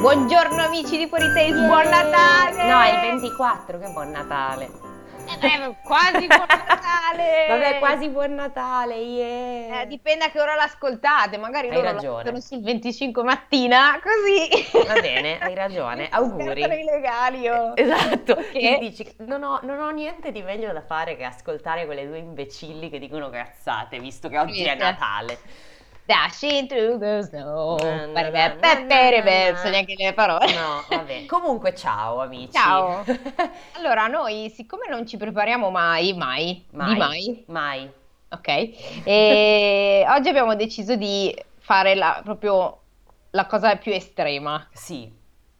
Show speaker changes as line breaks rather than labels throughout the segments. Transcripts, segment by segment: Buongiorno amici di Politeis, buon Natale!
No, è il 24, che buon Natale.
Eh, quasi buon Natale!
Vabbè, quasi buon Natale, yeah.
Eh, dipende a che ora l'ascoltate, magari
Hai
loro
ragione.
l'ascoltano sul 25 mattina, così.
Va bene, hai ragione, auguri.
Scattano i regali, oh.
Esatto,
Ok.
Quindi dici, non ho, non ho niente di meglio da fare che ascoltare quelle due imbecilli che dicono cazzate, visto che oggi è
Niente.
Natale.
Dashing through the snow.
Na, na,
Pare- pe-
na, na,
pe-
na,
pe-
na.
so neanche le parole.
No, vabbè. Comunque, ciao amici.
Ciao. Allora, noi siccome non ci prepariamo mai, mai,
Mai.
di mai,
Mai.
ok? E oggi abbiamo deciso di fare la, proprio la cosa più estrema,
Sì,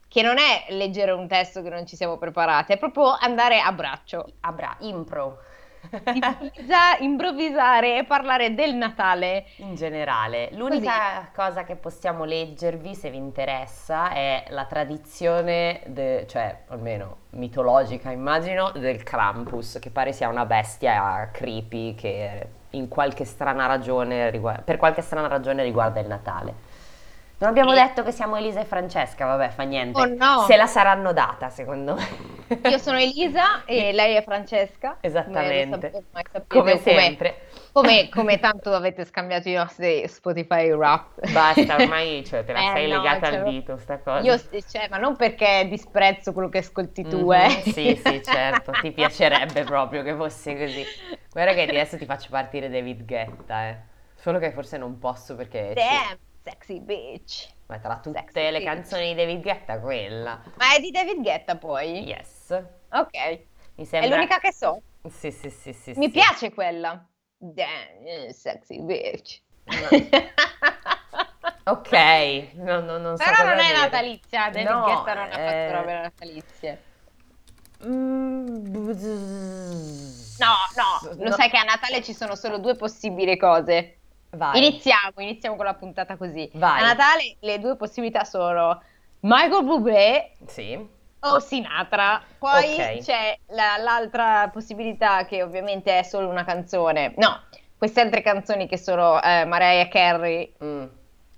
che non è leggere un testo che non ci siamo preparati, è proprio andare a braccio,
avrà impro.
improvvisa- improvvisare e parlare del Natale.
In generale, l'unica cosa che possiamo leggervi, se vi interessa, è la tradizione, de- cioè almeno mitologica immagino, del Krampus, che pare sia una bestia creepy che in qualche strana ragione rigua- per qualche strana ragione riguarda il Natale. Non abbiamo
Sì.
detto che siamo Elisa e Francesca, vabbè, fa niente.
Oh no!
Se la saranno data, secondo me.
Io sono Elisa e lei è Francesca. Come,
Esattamente.
lo sapete, ormai
Come
sapete, come-
sempre.
Come, come tanto avete scambiato i nostri Spotify rap.
Basta, ormai cioè, te la
Eh,
sei
no,
legata
cioè,
al dito, sta cosa.
Io, cioè, ma non perché disprezzo quello che ascolti tu,
Mhm,
eh.
Sì, sì, certo, ti piacerebbe proprio che fosse così. Guarda che adesso ti faccio partire David Guetta, eh. Solo che forse non posso perché... ci-
Damn, sexy bitch.
Ma tra tutte
Sexy
le
bitch.
canzoni di David Guetta, quella.
Ma è di David Guetta poi?
Yes.
Ok, è
Mi sembra...
l'unica che so.
Sì, sì, sì, sì.
Mi
sì.
piace quella. Damn, eh, sexy bitch.
Ok, no, no, non so
Però
cosa
non è
dire.
natalizia, David
No,
Guetta non ha
eh.
fatto robe natalizie.
Mm,
No, no, lo
No.
sai che a Natale ci sono solo due possibili cose.
Vai.
Iniziamo, iniziamo con la puntata così.
Vai.
A Natale le due possibilità sono Michael Bublé
Sì.
o Sinatra. Poi
Ok.
c'è la- l'altra possibilità che ovviamente è solo una canzone. No, queste altre canzoni che sono eh, Mariah Carey,
Mm.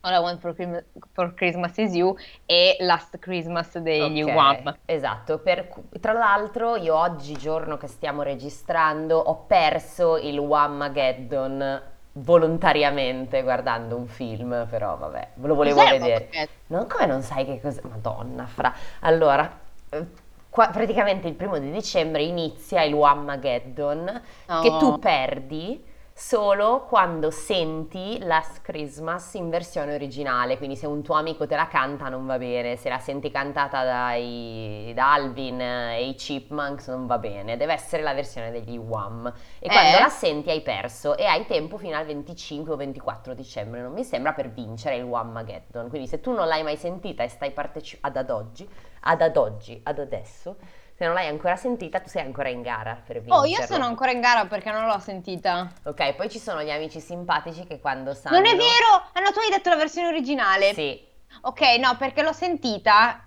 All I Want for, Christmas- for Christmas Is You e Last Christmas degli
Ok,
Wham.
Esatto, per cu- tra l'altro io oggi giorno che stiamo registrando ho perso il Whamageddon volontariamente guardando un film, però vabbè, ve lo volevo
Cos'è
vedere.
Whamageddon?
Non come non sai che cos'è? Madonna, fra. Allora, eh, qua- praticamente il primo di dicembre inizia il Whamageddon
No.
che tu perdi solo quando senti Last Christmas in versione originale, quindi se un tuo amico te la canta non va bene, se la senti cantata dai, da Alvin eh, e i Chipmunks non va bene, deve essere la versione degli Wham. E quando
Eh?
la senti hai perso e hai tempo fino al 25 o 24 dicembre, non mi sembra, per vincere il Whamageddon. Quindi se tu non l'hai mai sentita e stai partecipando ad ad oggi, ad ad oggi, ad adesso, se non l'hai ancora sentita tu sei ancora in gara per vincere.
Oh, io sono ancora in gara perché non l'ho sentita.
Ok, poi ci sono gli amici simpatici che quando sanno...
Non è vero! Ah no, tu hai detto la versione originale.
Sì,
Ok, no, perché l'ho sentita.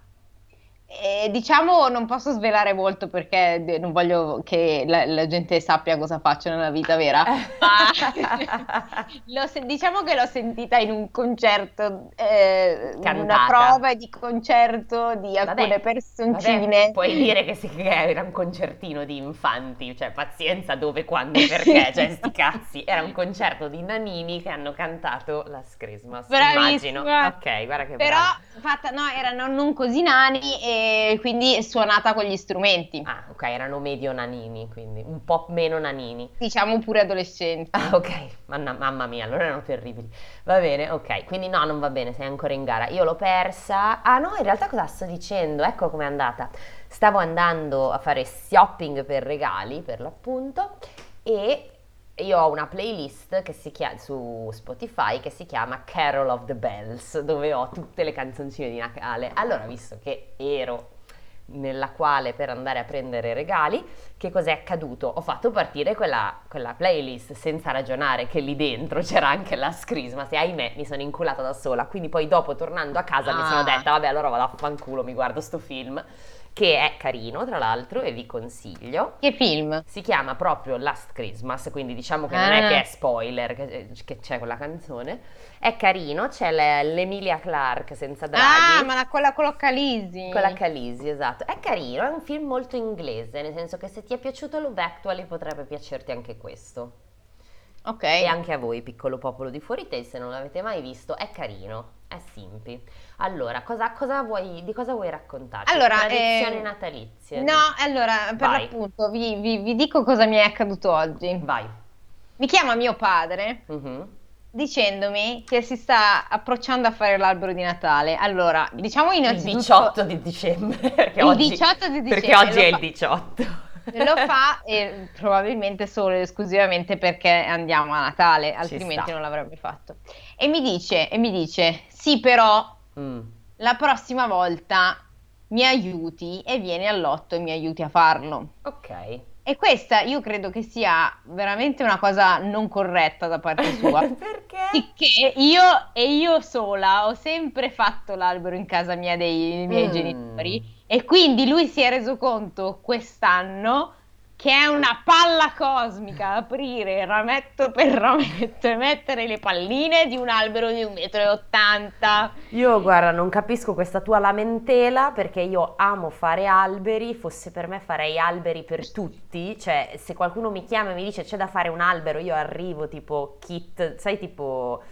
e, diciamo, non posso svelare molto perché de- non voglio che la, la gente sappia cosa faccio nella vita vera. Ma l'ho sen- diciamo che l'ho sentita in un concerto, eh, una
Cantata.
prova di concerto di alcune
Vabbè,
personcine.
Vabbè, puoi dire che, sì, che era un concertino di infanti, cioè pazienza dove, quando e perché, cioè sti cazzi. Era un concerto di nanini che hanno cantato Last Christmas,
Bravissima.
immagino. Ok, guarda che
Però
brava.
fatta, no, erano non così nani e quindi suonata con gli strumenti,
Ah, ok, erano medio nanini, quindi un po' meno nanini.
diciamo pure adolescenti.
Ah, ok, Manna- mamma mia, allora erano terribili. Va bene, ok, quindi no, non va bene, sei ancora in gara. Io l'ho persa. Ah no, in realtà cosa sto dicendo? Ecco com'è andata. Stavo andando a fare shopping per regali, per l'appunto, e io ho una playlist che si chia- su Spotify che si chiama Carol of the Bells, dove ho tutte le canzoncine di Natale. Allora, visto che ero nella quale per andare a prendere regali, che cos'è accaduto? Ho fatto partire quella, quella playlist senza ragionare che lì dentro c'era anche la scrisma, se ahimè mi sono inculata da sola, quindi poi dopo tornando a casa mi sono
Ah.
detta vabbè allora vado a fanculo, mi guardo sto film, che è carino tra l'altro e vi consiglio.
Che film?
Si chiama proprio Last Christmas, quindi diciamo che non è
Ah.
che è spoiler che, eh, che c'è quella canzone. È carino, c'è le- l'Emilia Clarke senza draghi.
Ah, ma la, quella con l'Occalisi.
Con la Calisi, esatto. È carino, è un film molto inglese, nel senso che se ti è piaciuto Love Actually potrebbe piacerti anche questo.
Ok.
E anche a voi, piccolo popolo di fuori te, se non l'avete mai visto, è carino, è simpi. Allora, cosa, cosa vuoi, di cosa vuoi raccontarci?
Allora,
Tradizioni
ehm,
natalizie.
No, allora, per
Vai.
l'appunto, vi, vi- vi dico cosa mi è accaduto oggi.
Vai.
Mi chiama mio padre
Mhm.
dicendomi che si sta approcciando a fare l'albero di Natale. Allora, diciamo
Il
innanzitutto...
18 di dicembre. Perché
Il
oggi,
18 di dicembre.
perché oggi
lo
è il
fa-
18.
Lo fa eh, probabilmente solo ed esclusivamente perché andiamo a Natale,
sta.
altrimenti non l'avrebbe fatto. E mi dice, e mi dice, sì però
Mm.
la prossima volta mi aiuti e vieni all'otto e mi aiuti a farlo.
Ok.
E questa io credo che sia veramente una cosa non corretta da parte sua.
perché?
Sicché io e io sola ho sempre fatto l'albero in casa mia dei miei
Mm.
genitori e quindi lui si è reso conto quest'anno che è una palla cosmica aprire rametto per rametto e mettere le palline di un albero di 1,80 m.
Io guarda, non capisco questa tua lamentela perché io amo fare alberi, fosse per me farei alberi per tutti, cioè se qualcuno mi chiama e mi dice c'è da fare un albero, io arrivo tipo kit, sai tipo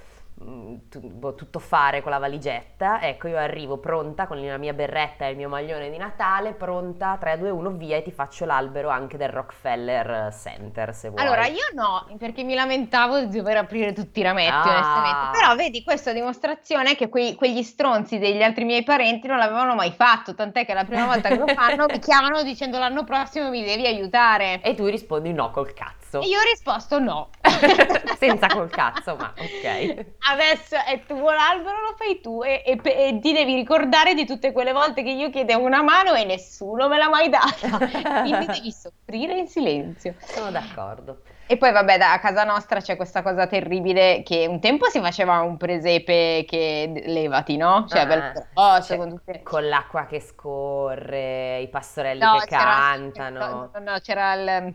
mm, tu- boh, tutto fare con la valigetta, ecco io arrivo pronta con la mia berretta e il mio maglione di Natale, pronta 3, 2, 1 via e ti faccio l'albero anche del Rockefeller Center se vuoi.
Allora io no, perché mi lamentavo di dover aprire tutti i rametti,
Ah.
onestamente. Però vedi, questa è dimostrazione che quei- quegli stronzi degli altri miei parenti non l'avevano mai fatto, tant'è che la prima volta che lo fanno mi chiamano dicendo l'anno prossimo mi devi aiutare.
E tu rispondi no col cazzo.
E io ho risposto no.
Senza col cazzo, ma ok.
Adesso è tuo l'albero, lo fai tu e, e pe- e ti devi ricordare di tutte quelle volte che io chiedevo una mano e nessuno me l'ha mai data. Quindi devi soffrire in silenzio.
Sono d'accordo.
E poi vabbè, da, a casa nostra c'è questa cosa terribile che un tempo si faceva un presepe che d- levati, no? Cioè,
Ah,
bello grosso,
cioè,
con tutte...
Con l'acqua che scorre, i pastorelli
No,
che
c'era-
cantano.
no, no, no, c'era il...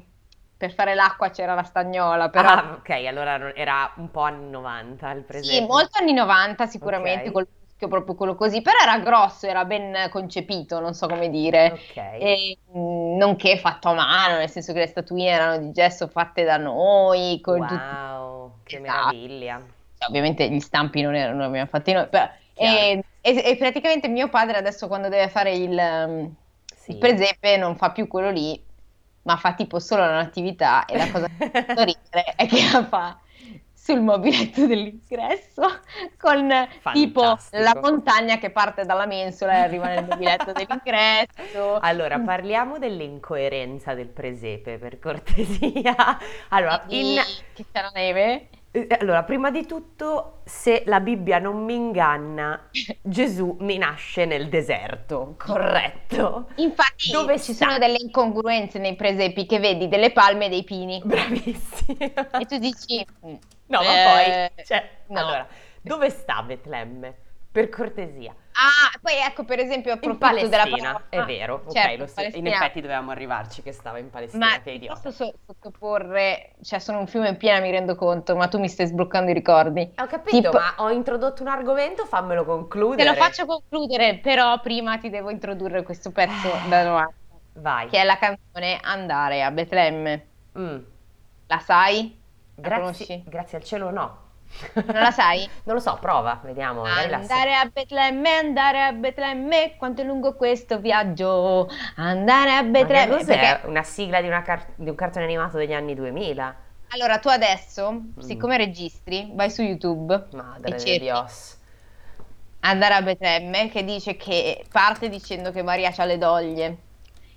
Per fare l'acqua c'era la stagnola, però...
Ah, ok, allora non- era un po' anni 90 il presente.
sì, molto anni 90 sicuramente,
Ok.
col muschio proprio quello così, però era grosso, era ben concepito, non so come dire.
Ok.
E, mh, nonché fatto a mano, nel senso che le statuine erano di gesso fatte da noi, con tutti
Wow, che
Esatto.
meraviglia.
Cioè, ovviamente gli stampi non erano, non li abbiamo fatti noi, però-
Chiaro.
e, e- e praticamente mio padre adesso quando deve fare il, um,
Sì.
il presepe non fa più quello lì, ma fa tipo solo un'attività e la cosa che mi fa ridere è che la fa sul mobiletto dell'ingresso con tipo
Fantastico.
la montagna che parte dalla mensola e arriva nel mobiletto dell'ingresso.
Allora, parliamo dell'incoerenza del presepe, per cortesia. Allora,
Quindi,
in-
che c'è la neve.
eh, allora, prima di tutto, se la Bibbia non mi inganna, Gesù mi nasce nel deserto, corretto?
Infatti
Dove
ci
sta?
sono delle incongruenze nei presepi che vedi delle palme e dei pini.
Bravissima.
E tu dici, "Mm,
No, ma
Eh,
poi, cioè,
no.
allora, dove sta Betlemme? Per cortesia.
ah, poi ecco per esempio
In
approfitto della
Palestina,
parola-
è vero, ok,
Ah, Certo,
lo so, in
Palestina.
effetti dovevamo arrivarci che stava in Palestina,
Ma
che
ti
idiota.
posso so- sottoporre, cioè sono un fiume in piena, mi rendo conto, ma tu mi stai sbloccando i ricordi.
Ho capito,
Tipo-
ma ho introdotto un argomento, fammelo concludere.
Te lo faccio concludere, però prima ti devo introdurre questo pezzo
Ah.
da 90,
Vai.
che è la canzone Andare a Betlemme.
Mm.
La sai? La
Grazie,
conosci?
grazie al cielo no.
Non la sai?
Non lo so, prova, vediamo. magari la so.
Andare a Betlemme, andare a Betlemme, quanto è lungo questo viaggio? Andare a
Ma che
Betlemme.
cos'è?
Perché,
Una sigla di, una car- di un cartone animato degli anni 2000?
allora, tu adesso,
Mm.
siccome registri, vai su YouTube
Madre
e
di
cerchi
Dios.
Andare a Betlemme, che dice che parte dicendo che Maria ha le doglie.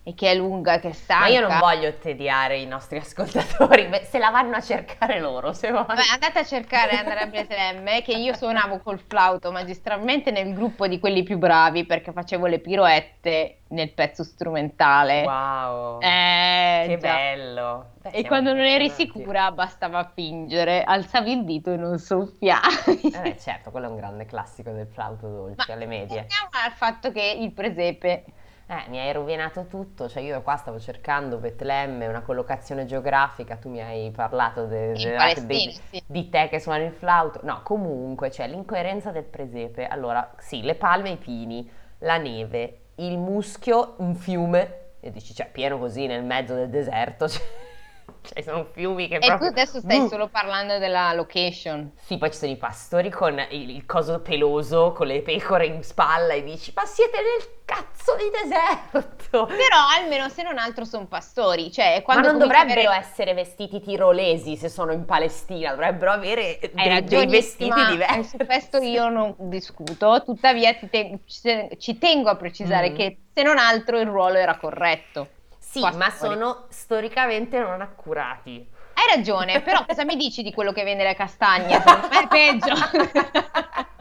e che è lunga, e che è stanca.
Ma io non voglio tediare i nostri ascoltatori, beh, se la vanno a cercare loro, se vogliono.
Vabbè, andate a cercare Andrea Bretlemme, che io suonavo col flauto magistralmente nel gruppo di quelli più bravi perché facevo le piroette nel pezzo strumentale.
Wow,
Eh,
che
già.
bello. Beh,
E
siamo
quando non eri
impressionanti.
sicura bastava fingere, alzavi il dito e non soffiavi.
Eh, beh, certo, quello è un grande classico del flauto dolce alle medie.
Torniamo al fatto che il presepe
Eh, mi hai rovinato tutto, cioè io qua stavo cercando Betlemme, una collocazione geografica, tu mi hai parlato de-
in
de-
Palestina,
de-
sì.
di te che suoni il flauto. No, comunque, cioè l'incoerenza del presepe. Allora, sì, le palme, i pini, la neve, il muschio, un fiume, e dici, cioè, pieno così nel mezzo del deserto, cioè, cioè, sono fiumi che
E tu
proprio...
adesso stai
Mm.
solo parlando della location.
Sì, poi ci sono i pastori con il, il coso peloso, con le pecore in spalla e dici, ma siete nel cazzo di deserto!
Però almeno se non altro sono pastori, cioè quando
Ma non
cominci a
dovrebbero
avere-
essere vestiti tirolesi se sono in Palestina, dovrebbero avere dei,
Hai
dei vestiti
ragionissima, eh,
diversi.
su questo io non discuto, tuttavia ti te- ci te- ci tengo a precisare
Mm.
che se non altro il ruolo era corretto.
Sì,
pastori.
ma sono storicamente non accurati.
Hai ragione, però cosa mi dici di quello che vende le castagne? Secondo me Ah, è peggio.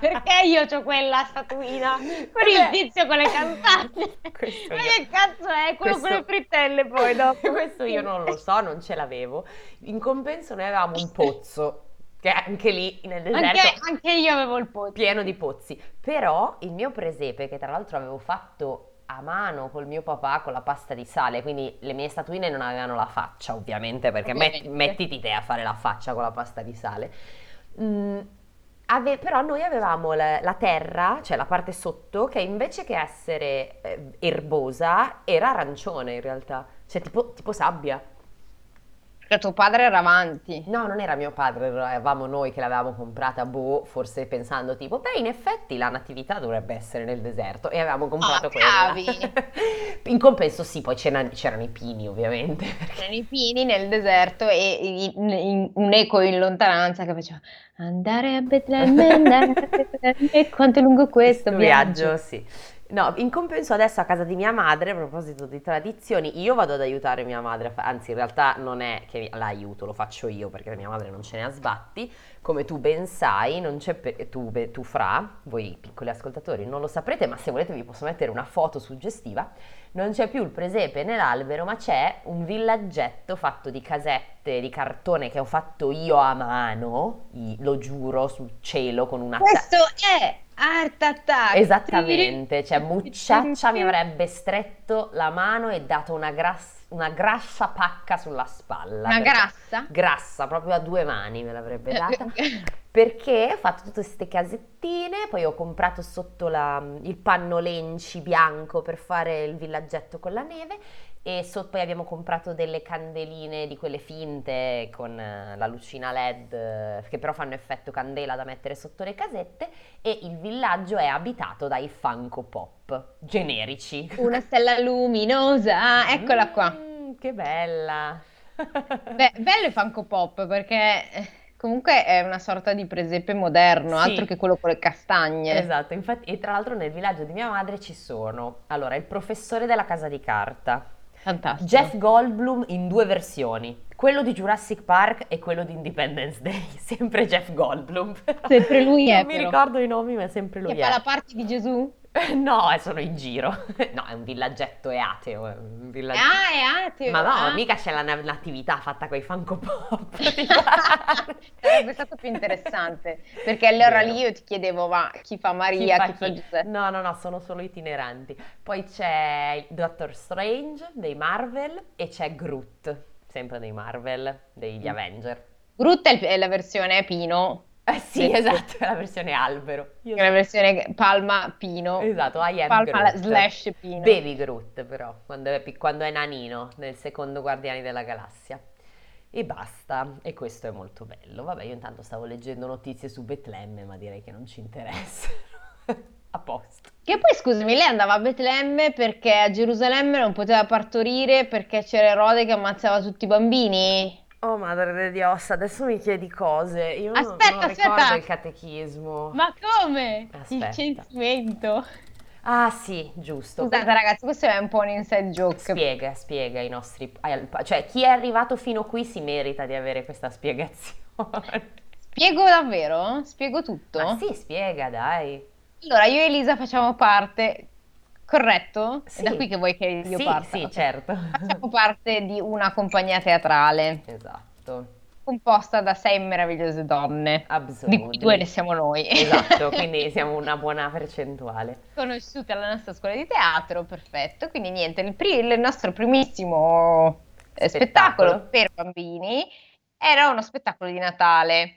Perché io ho quella statuina con il
Vabbè.
tizio con le castagne?
Questo
Ma
io-
che cazzo è? Quello con le
questo-
frittelle poi dopo.
Questo io non lo so, non ce l'avevo. In compenso noi avevamo un pozzo, che anche lì nel deserto...
Anche, anche io avevo il pozzo.
pieno di pozzi. Però il mio presepe, che tra l'altro avevo fatto a mano col mio papà con la pasta di sale, quindi le mie statuine non avevano la faccia, ovviamente, perché met-
Ovviamente.
mettiti te a fare la faccia con la pasta di sale. Mm, ave- però noi avevamo la, la terra, cioè la parte sotto, che invece che essere eh, erbosa era arancione in realtà, cioè tipo, tipo sabbia.
Perché tuo padre era avanti.
No, non era mio padre, eravamo noi che l'avevamo comprata, boh, forse pensando tipo, beh, in effetti la natività dovrebbe essere nel deserto e avevamo comprato quella.
bravi!
In compenso sì, poi c'era- c'erano i pini ovviamente, perché
Erano i pini nel deserto e in- in- un eco in lontananza che faceva andare a Betlemme, andare a Betlemme, quanto è lungo questo viaggio.
sì. No, in compenso adesso a casa di mia madre, a proposito di tradizioni, io vado ad aiutare mia madre, a fa- anzi in realtà non è che la aiuto, lo faccio io perché mia madre non ce ne ha sbatti, come tu ben sai, non c'è pe- tu, be- tu fra, voi piccoli ascoltatori non lo saprete, ma se volete vi posso mettere una foto suggestiva, non c'è più il presepe né l'albero, ma c'è un villaggetto fatto di casette, di cartone che ho fatto io a mano, i- lo giuro, sul cielo con una... ta-
Questo è Art Attack.
Esattamente, cioè Mucciaccia mi avrebbe stretto la mano e dato una, gras- una grassa pacca sulla spalla.
Una
perché-
grassa? Eh,
Grassa, proprio a due mani me l'avrebbe data. Perché ho fatto tutte queste casettine, poi ho comprato sotto la- il panno lenci bianco per fare il villaggetto con la neve e so- poi abbiamo comprato delle candeline di quelle finte con eh, la lucina LED eh, che però fanno effetto candela da mettere sotto le casette e il villaggio è abitato dai Funko Pop generici.
Una stella luminosa, Ah, eccola qua.
Mm, che bella!
Beh, bello il Funko Pop perché eh, comunque è una sorta di presepe moderno,
Sì.
altro che quello con le castagne.
Esatto, infatti, e tra l'altro nel villaggio di mia madre ci sono, allora, il professore della casa di carta,
Fantastico.
Jeff Goldblum in due versioni, quello di Jurassic Park e quello di Independence Day, sempre Jeff Goldblum. però.
Sempre lui è,
Non mi
però.
ricordo i nomi, ma sempre lui
che
è.
fa la parte di Gesù?
No, eh, sono in giro. No, è un villaggetto, è ateo, è un villaggetto.
Ah, è ateo.
Ma no,
ah.
mica c'è la na- natività fatta con i Funko Pop.
Sarebbe Eh, stato più interessante, perché allora
Vero.
lì io ti chiedevo, ma chi fa Maria,
Chi fa
chi fa
chi?
Giuseppe?
No, no, no, sono solo itineranti. Poi c'è il Doctor Strange dei Marvel e c'è Groot, sempre dei Marvel, degli Avenger.
Groot è il- è la versione Pino,
Eh sì,
Sì.
esatto, è la versione albero. Io
è la versione Palma-Pino,
Esatto, I am
Palma
Groot.
slash Pino.
Baby Groot però, quando è, pic- quando è nanino, nel secondo Guardiani della Galassia. E basta, e questo è molto bello. Vabbè, io intanto stavo leggendo notizie su Betlemme, ma direi che non ci interessano. A posto.
Che poi scusami, lei andava a Betlemme perché a Gerusalemme non poteva partorire perché c'era Erode che ammazzava tutti i bambini?
Oh madre di ossa, adesso mi chiedi cose. Io non-
Aspetta,
non ricordo
aspetta.
il catechismo.
Ma come?
Aspetta.
Il censimento.
Ah sì, giusto.
Scusate ragazzi, questo è un po' un inside joke.
Spiega, spiega i nostri... ai- Cioè, chi è arrivato fino qui si merita di avere questa spiegazione.
Certo. Spiego davvero? Spiego tutto?
Ma sì, spiega, dai.
Allora, io e Elisa facciamo parte, corretto? È
Sì.
da qui che vuoi che io
Sì,
parta?
sì,
Ok.
certo.
Facciamo parte di una compagnia teatrale
Esatto.
composta da sei meravigliose donne, di cui due ne
Absurdi.
siamo noi.
Esatto, quindi siamo una buona percentuale.
conosciute alla nostra scuola di teatro, perfetto. Quindi niente, il, pri- il nostro primissimo eh, spettacolo.
Spettacolo.
per bambini era uno spettacolo di Natale.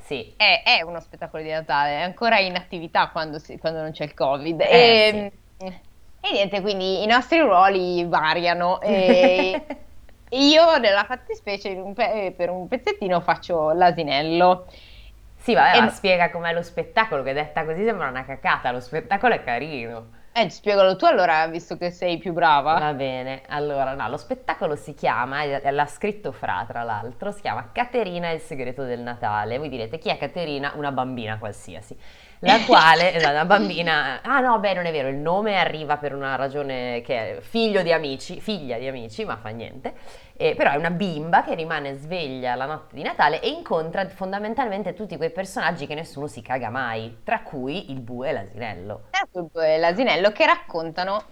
Sì.
È, è uno spettacolo di Natale, è ancora in attività quando, si- quando non c'è il Covid.
Eh,
e, e niente, quindi i nostri ruoli variano. E io nella fattispecie in un pe- eh, per un pezzettino faccio l'asinello.
Sì, vabbè,
E-
ma spiega com'è lo spettacolo, che detta così sembra una cacata, lo spettacolo è carino.
Eh, spiegalo tu allora, visto che sei più brava.
Va bene, allora no, lo spettacolo si chiama, eh, l'ha scritto Fra tra l'altro, si chiama Caterina e il segreto del Natale. Voi direte chi è Caterina? Una bambina qualsiasi, la quale è una bambina... Ah no, beh non è vero, il nome arriva per una ragione che è figlio di amici, figlia di amici, ma fa niente. Eh, però è una bimba che rimane sveglia la notte di Natale e incontra fondamentalmente tutti quei personaggi che nessuno si caga mai, tra cui il bue e l'asinello,
Certo, e l'asinello che raccontano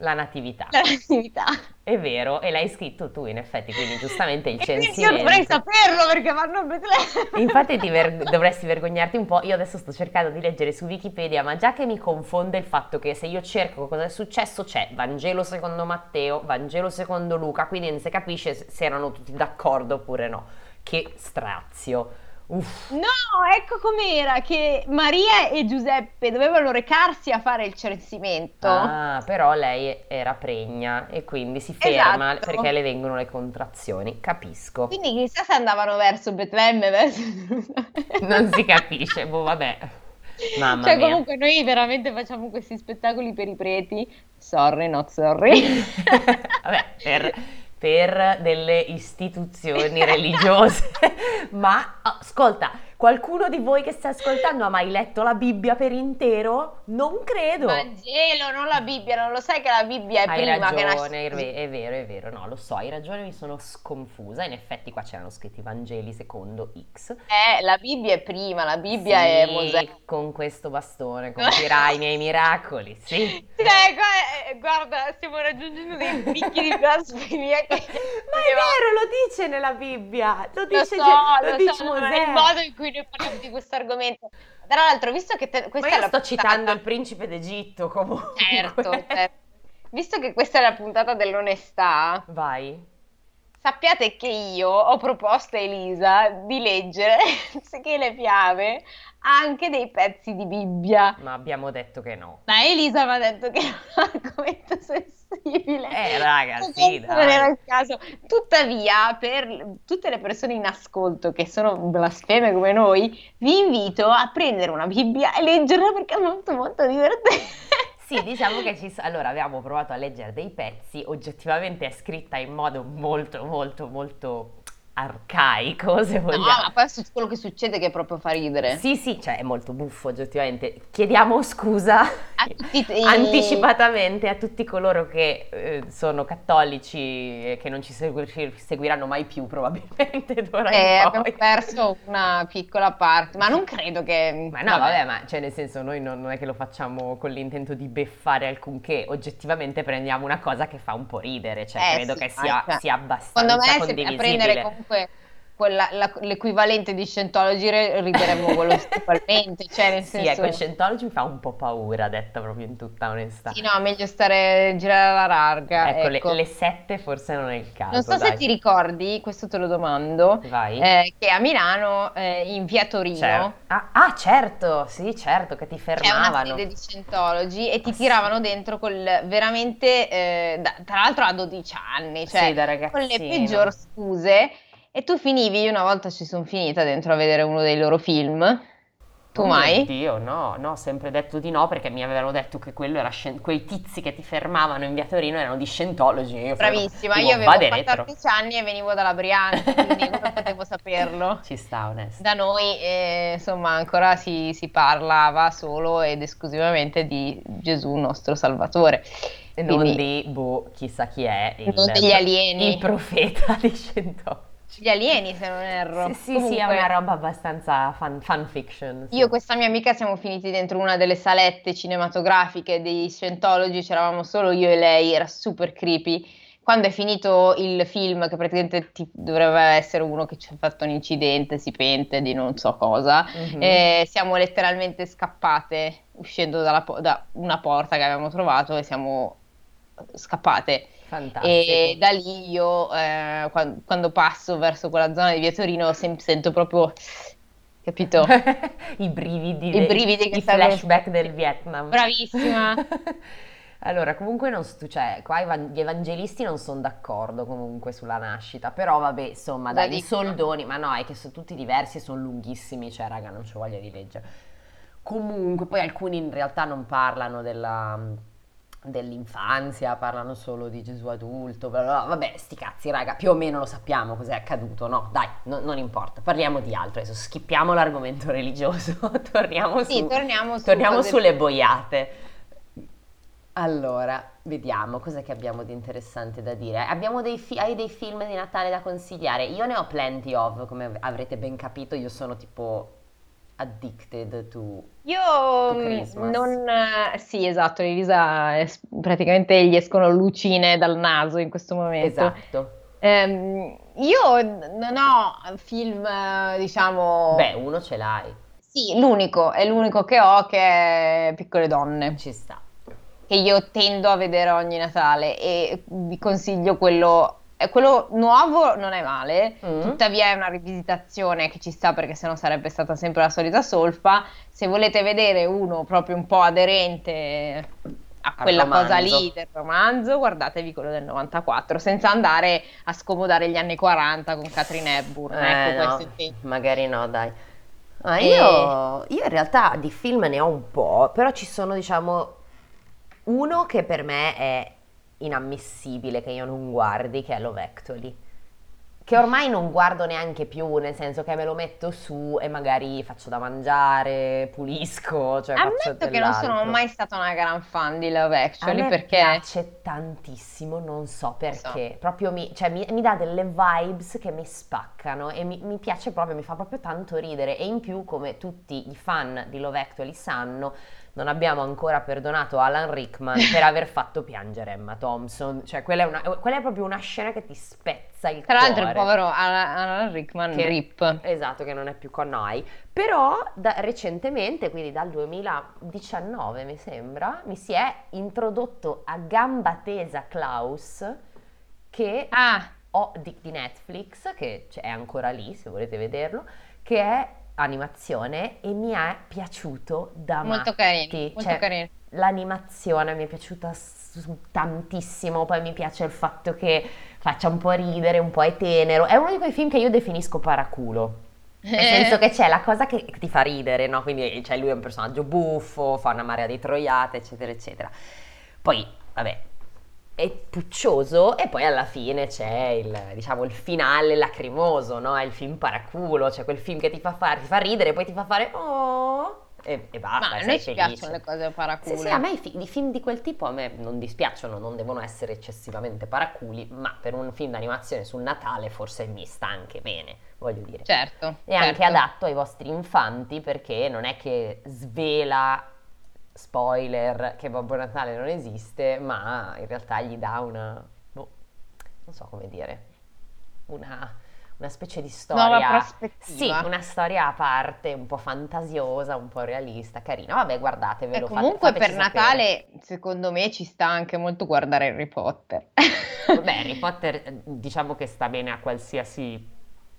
la natività.
l'attività.
È vero, e l'hai scritto tu in effetti, quindi giustamente il
E quindi io dovrei
censimento.
saperlo perché vanno a Betlemme.
Infatti ti ver- dovresti vergognarti un po', io adesso sto cercando di leggere su Wikipedia, ma già che mi confonde il fatto che se io cerco cosa è successo c'è Vangelo secondo Matteo, Vangelo secondo Luca, quindi non si capisce se se erano tutti d'accordo oppure no. Che strazio. Uff.
No, ecco com'era che Maria e Giuseppe dovevano recarsi a fare il censimento.
Ah, però lei era pregna e quindi si ferma
Esatto.
perché le vengono le contrazioni, capisco.
Quindi chissà se andavano verso Betlemme, verso...
Non si capisce, boh vabbè. Mamma
Cioè,
mia.
comunque noi veramente facciamo questi spettacoli per i preti. Sorry, not sorry.
Vabbè, per, per delle istituzioni religiose. Ma oh, ascolta, qualcuno di voi che sta ascoltando ha mai letto la Bibbia per intero? Non credo.
Vangelo, non la Bibbia, non lo sai che la Bibbia è
Hai
prima che
ragione,
nasce
è ve- è vero, è vero, no, lo so, hai ragione, mi sono sconfusa. In effetti qua c'erano scritti Vangeli secondo X.
Eh, la Bibbia è prima, la Bibbia
Sì,
è Mosè.
con questo bastone compirai i miei miracoli, sì.
Cioè, qua- eh, guarda, stiamo raggiungendo dei picchi di blasfemia che...
Ma è vero, lo dice nella Bibbia, lo
Lo
dice,
so,
Ge-
lo,
lo
so,
dice
non è
Mosè.
il modo in cui noi parliamo di questo argomento. Tra l'altro, visto che te-
Ma
questa
io
è la
sto
puntata-
citando il principe d'Egitto comunque.
Certo, certo. Visto che questa è la puntata dell'onestà,
Vai.
sappiate che io ho proposto a Elisa di leggere, che le piave, anche dei pezzi di Bibbia.
Ma abbiamo detto che no.
Ma Elisa mi ha detto che era un argomento sensibile.
Eh, raga,
Questo
sì,
non era
dai.
il caso. Tuttavia, per tutte le persone in ascolto che sono blasfeme come noi, vi invito a prendere una Bibbia e leggerla perché è molto molto divertente.
Sì, diciamo che ci so- Allora, abbiamo provato a leggere dei pezzi, oggettivamente è scritta in modo molto, molto, molto arcaico, se
No,
vogliamo.
ma poi su- quello che succede che proprio fa ridere.
Sì, sì, cioè è molto buffo oggettivamente. Chiediamo scusa
A tutti i-
anticipatamente a tutti coloro che eh, sono cattolici e che non ci segu- ci seguiranno mai più probabilmente d'ora
Eh,
in
abbiamo
poi.
perso una piccola parte, ma non credo che...
Ma no, vabbè, ma cioè nel senso noi non, non è che lo facciamo con l'intento di beffare alcunché, oggettivamente prendiamo una cosa che fa un po' ridere, cioè
Eh,
credo
sì,
che
ma,
sia,
cioè,
sia
Secondo
abbastanza
me se a
condivisibile.
prendere comunque quella- la- l'equivalente di Scientology re- rideremmo quello ugualmente, cioè nel
Sì,
senso...
ecco, il Scientology mi fa un po' paura, detta proprio in tutta onestà.
Sì, no, meglio stare girare alla larga,
Ecco, le,
ecco.
le sette forse non è il caso.
Non so se
dai.
ti ricordi, questo te lo domando,
Vai.
eh, che a Milano, eh, in via Torino,
Cer- ah, ah, certo, sì, certo, che ti
c'è una
fermavano.
sede di Scientology e ti
Ah, sì.
tiravano dentro col veramente, eh, da- tra l'altro a 12 anni, cioè
Sì, da
con le
ragazzino.
peggior scuse. E tu finivi, io una volta ci sono finita dentro a vedere uno dei loro film. Tu
Oh
mai?
Mio Dio, no, no, ho sempre detto di no perché mi avevano detto che quello era scien- quei tizi che ti fermavano in via Torino erano di Scientology. Io sono-
Bravissima,
tipo,
io avevo
vade retro.
14 anni e venivo dalla Brianza, quindi non potevo saperlo.
Ci sta, onesto.
Da noi, eh, insomma, ancora si, si parlava solo ed esclusivamente di Gesù nostro Salvatore.
E non
Quindi-
di, boh, chissà chi è il,
Non degli alieni.
il profeta di Scientology.
Gli alieni, se non erro.
Sì, sì, sì, è
Comunque,
una roba abbastanza fan, fiction.
Io e questa mia amica siamo finiti dentro una delle salette cinematografiche degli Scientology, c'eravamo solo io e lei, era super creepy. Quando è finito il film, che praticamente ti- doveva essere uno che ci ha fatto un incidente, si pente di non so cosa,
Mhm. Mm.
e siamo letteralmente scappate uscendo dalla po- da una porta che avevamo trovato e siamo scappate.
Fantastico.
E da lì io, eh, quan- quando passo verso quella zona di Via Torino, sem- sento proprio, capito?
I brividi,
I
dei-
brividi che
i
stanno-
flashback del Vietnam.
Bravissima.
Allora, comunque, non, s- cioè, qua i van- gli evangelisti non sono d'accordo comunque sulla nascita, però vabbè, insomma,
Lo
dai, i
dicono.
soldoni, ma no, è che sono tutti diversi, sono lunghissimi, cioè, raga, non c'ho voglia di leggere. Comunque, poi alcuni in realtà non parlano della- dell'infanzia, parlano solo di Gesù adulto, bla bla bla. vabbè, sti cazzi, raga, più o meno lo sappiamo cos'è accaduto, no? Dai, no- non importa, parliamo di altro, adesso schippiamo l'argomento religioso, torniamo
Sì,
su...
torniamo, su
Torniamo
cose-
sulle boiate. Allora, vediamo cos'è che abbiamo di interessante da dire. Abbiamo dei fi- hai dei film di Natale da consigliare? Io ne ho plenty of, come av- avrete ben capito, io sono tipo addicted to...
Io
To
mm,
Christmas.
non... eh, Sì, esatto, Elisa eh, s- praticamente gli escono lucine dal naso in questo momento.
Esatto.
Ehm, io n- non ho film, eh, diciamo...
Beh, uno ce l'hai,
Sì, l'unico, è l'unico che ho che è Piccole Donne,
ci sta.
che io tendo a vedere ogni Natale e vi consiglio quello... eh, Quello nuovo non è male,
Mm?
Tuttavia è una rivisitazione che ci sta perché sennò sarebbe stata sempre la solita solfa. Se volete vedere uno proprio un po' aderente a
Al
quella cosa
romanzo.
lì del romanzo, guardatevi quello del 94, senza andare a scomodare gli anni 40 con Catherine Hepburn.
Eh,
ecco,
no,
questo intendo.
magari no, dai. Ma
E-
io, io in realtà di film ne ho un po', però ci sono, diciamo, uno che per me è inammissibile che io non guardi, che è Love Actually. Che ormai non guardo neanche più, nel senso che me lo metto su e magari faccio da mangiare, pulisco, cioè faccio
Ammetto che non sono
dell'altro.
mai stata una gran fan di Love
A
Actually
me
perché
piace tantissimo, non so perché, proprio mi, cioè, mi, mi dà delle vibes che mi spaccano e mi, mi piace proprio, mi fa proprio tanto ridere e in più come tutti i fan di Love Actually sanno, non abbiamo ancora perdonato Alan Rickman per aver fatto piangere Emma Thompson, cioè quella è, una- quella è proprio una scena che ti spezza il
tra l'altro il
cuore.
povero Alan Alan Rickman
Che-
Rip.
Esatto, che non è più con noi. Però da- recentemente, quindi dal 2019 mi sembra, mi si è introdotto a gamba tesa Klaus, che
Ah,
ho di, di Netflix, che c- è ancora lì se volete vederlo, che è animazione e mi è piaciuto da
molto
matti.
carino, molto
Cioè,
carino.
L'animazione mi è piaciuta s- tantissimo, poi mi piace il fatto che faccia un po' ridere, un po' è tenero. È uno di quei film che io definisco paraculo. Nel
Eh.
senso che c'è la cosa che ti fa ridere, no? Quindi cioè, lui è un personaggio buffo, fa una marea di troiate, eccetera, eccetera. Poi, vabbè, è puccioso e poi alla fine c'è il, diciamo, il finale lacrimoso, no? È il film paraculo, cioè quel film che ti fa, fare, ti fa ridere, poi ti fa fare oh e, e basta,
Ma a
sei
noi ci
felice.
piacciono le cose
Sì,
paracule.
sì, a me i, fi- i film di quel tipo a me non dispiacciono, non devono essere eccessivamente paraculi, ma per un film d'animazione sul Natale forse mi sta anche bene, voglio dire.
Certo,
È anche
certo.
adatto ai vostri infanti perché non è che svela, spoiler, che Babbo Natale non esiste, ma in realtà gli dà una, boh, non so come dire, una, una specie di storia.
Nuova
eh. Sì,
prospettiva.
una storia a parte, un po' fantasiosa, un po' realista, carina. Vabbè,
E
guardatevelo. fate-
Ecco, comunque per
fateci sapere.
Natale, secondo me, ci sta anche molto guardare Harry Potter.
Beh, Harry Potter eh, diciamo che sta bene a qualsiasi...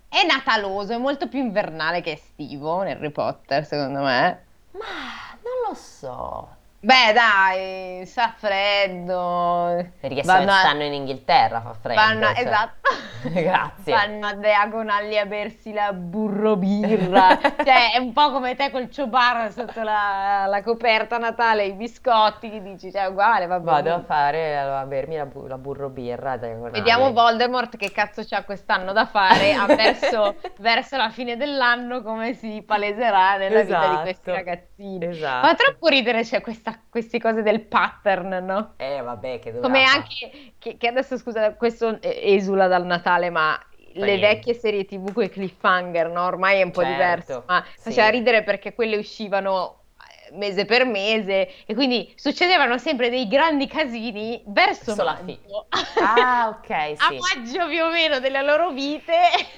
È nataloso, è molto più invernale che estivo Harry Potter, secondo me.
Ma non lo so.
Beh, dai, sa freddo.
Perché se
Vanno a-
stanno in Inghilterra fa freddo.
Vanno,
cioè.
esatto.
Grazie.
Vanno a diagonali a bersi la burro birra. Cioè, è un po' come te col ciobar sotto la, la coperta a Natale, i biscotti, che dici, cioè, uguale, vabbè.
Vado a fare a bermi la, bu- la burro birra a diagonale.
Vediamo Voldemort che cazzo c'ha quest'anno da fare ha verso, verso la fine dell'anno come si paleserà nella vita di questi
Esatto.
ragazzini.
Esatto.
Fa troppo ridere, cioè, questa- queste cose del pattern, no?
Eh, vabbè, che dovrà
Come
fare.
anche, che, che adesso scusa, questo eh, esula dal Natale, ma le
niente.
vecchie serie TV con i cliffhanger, no? Ormai è un po'
Certo,
diverso, ma
sì.
faceva ridere perché quelle uscivano eh, mese per mese e quindi succedevano sempre dei grandi casini verso
Verso la
maggio.
Ah, ok,
A
sì.
maggio più o meno delle loro vite,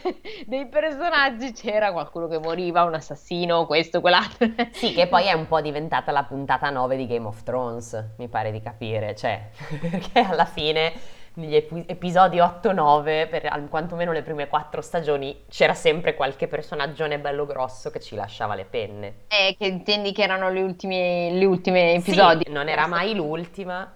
dei personaggi, c'era qualcuno che moriva, un assassino, questo, quell'altro.
Sì, che poi è un po' diventata la puntata 9 di Game of Thrones, mi pare di capire, cioè, perché alla fine negli epi- episodi 8-9, per al- quantomeno le prime quattro stagioni, c'era sempre qualche personaggione bello grosso che ci lasciava le penne.
Eh, che intendi che erano le ultime, gli ultimi
Sì,
episodi?
non era mai l'ultima.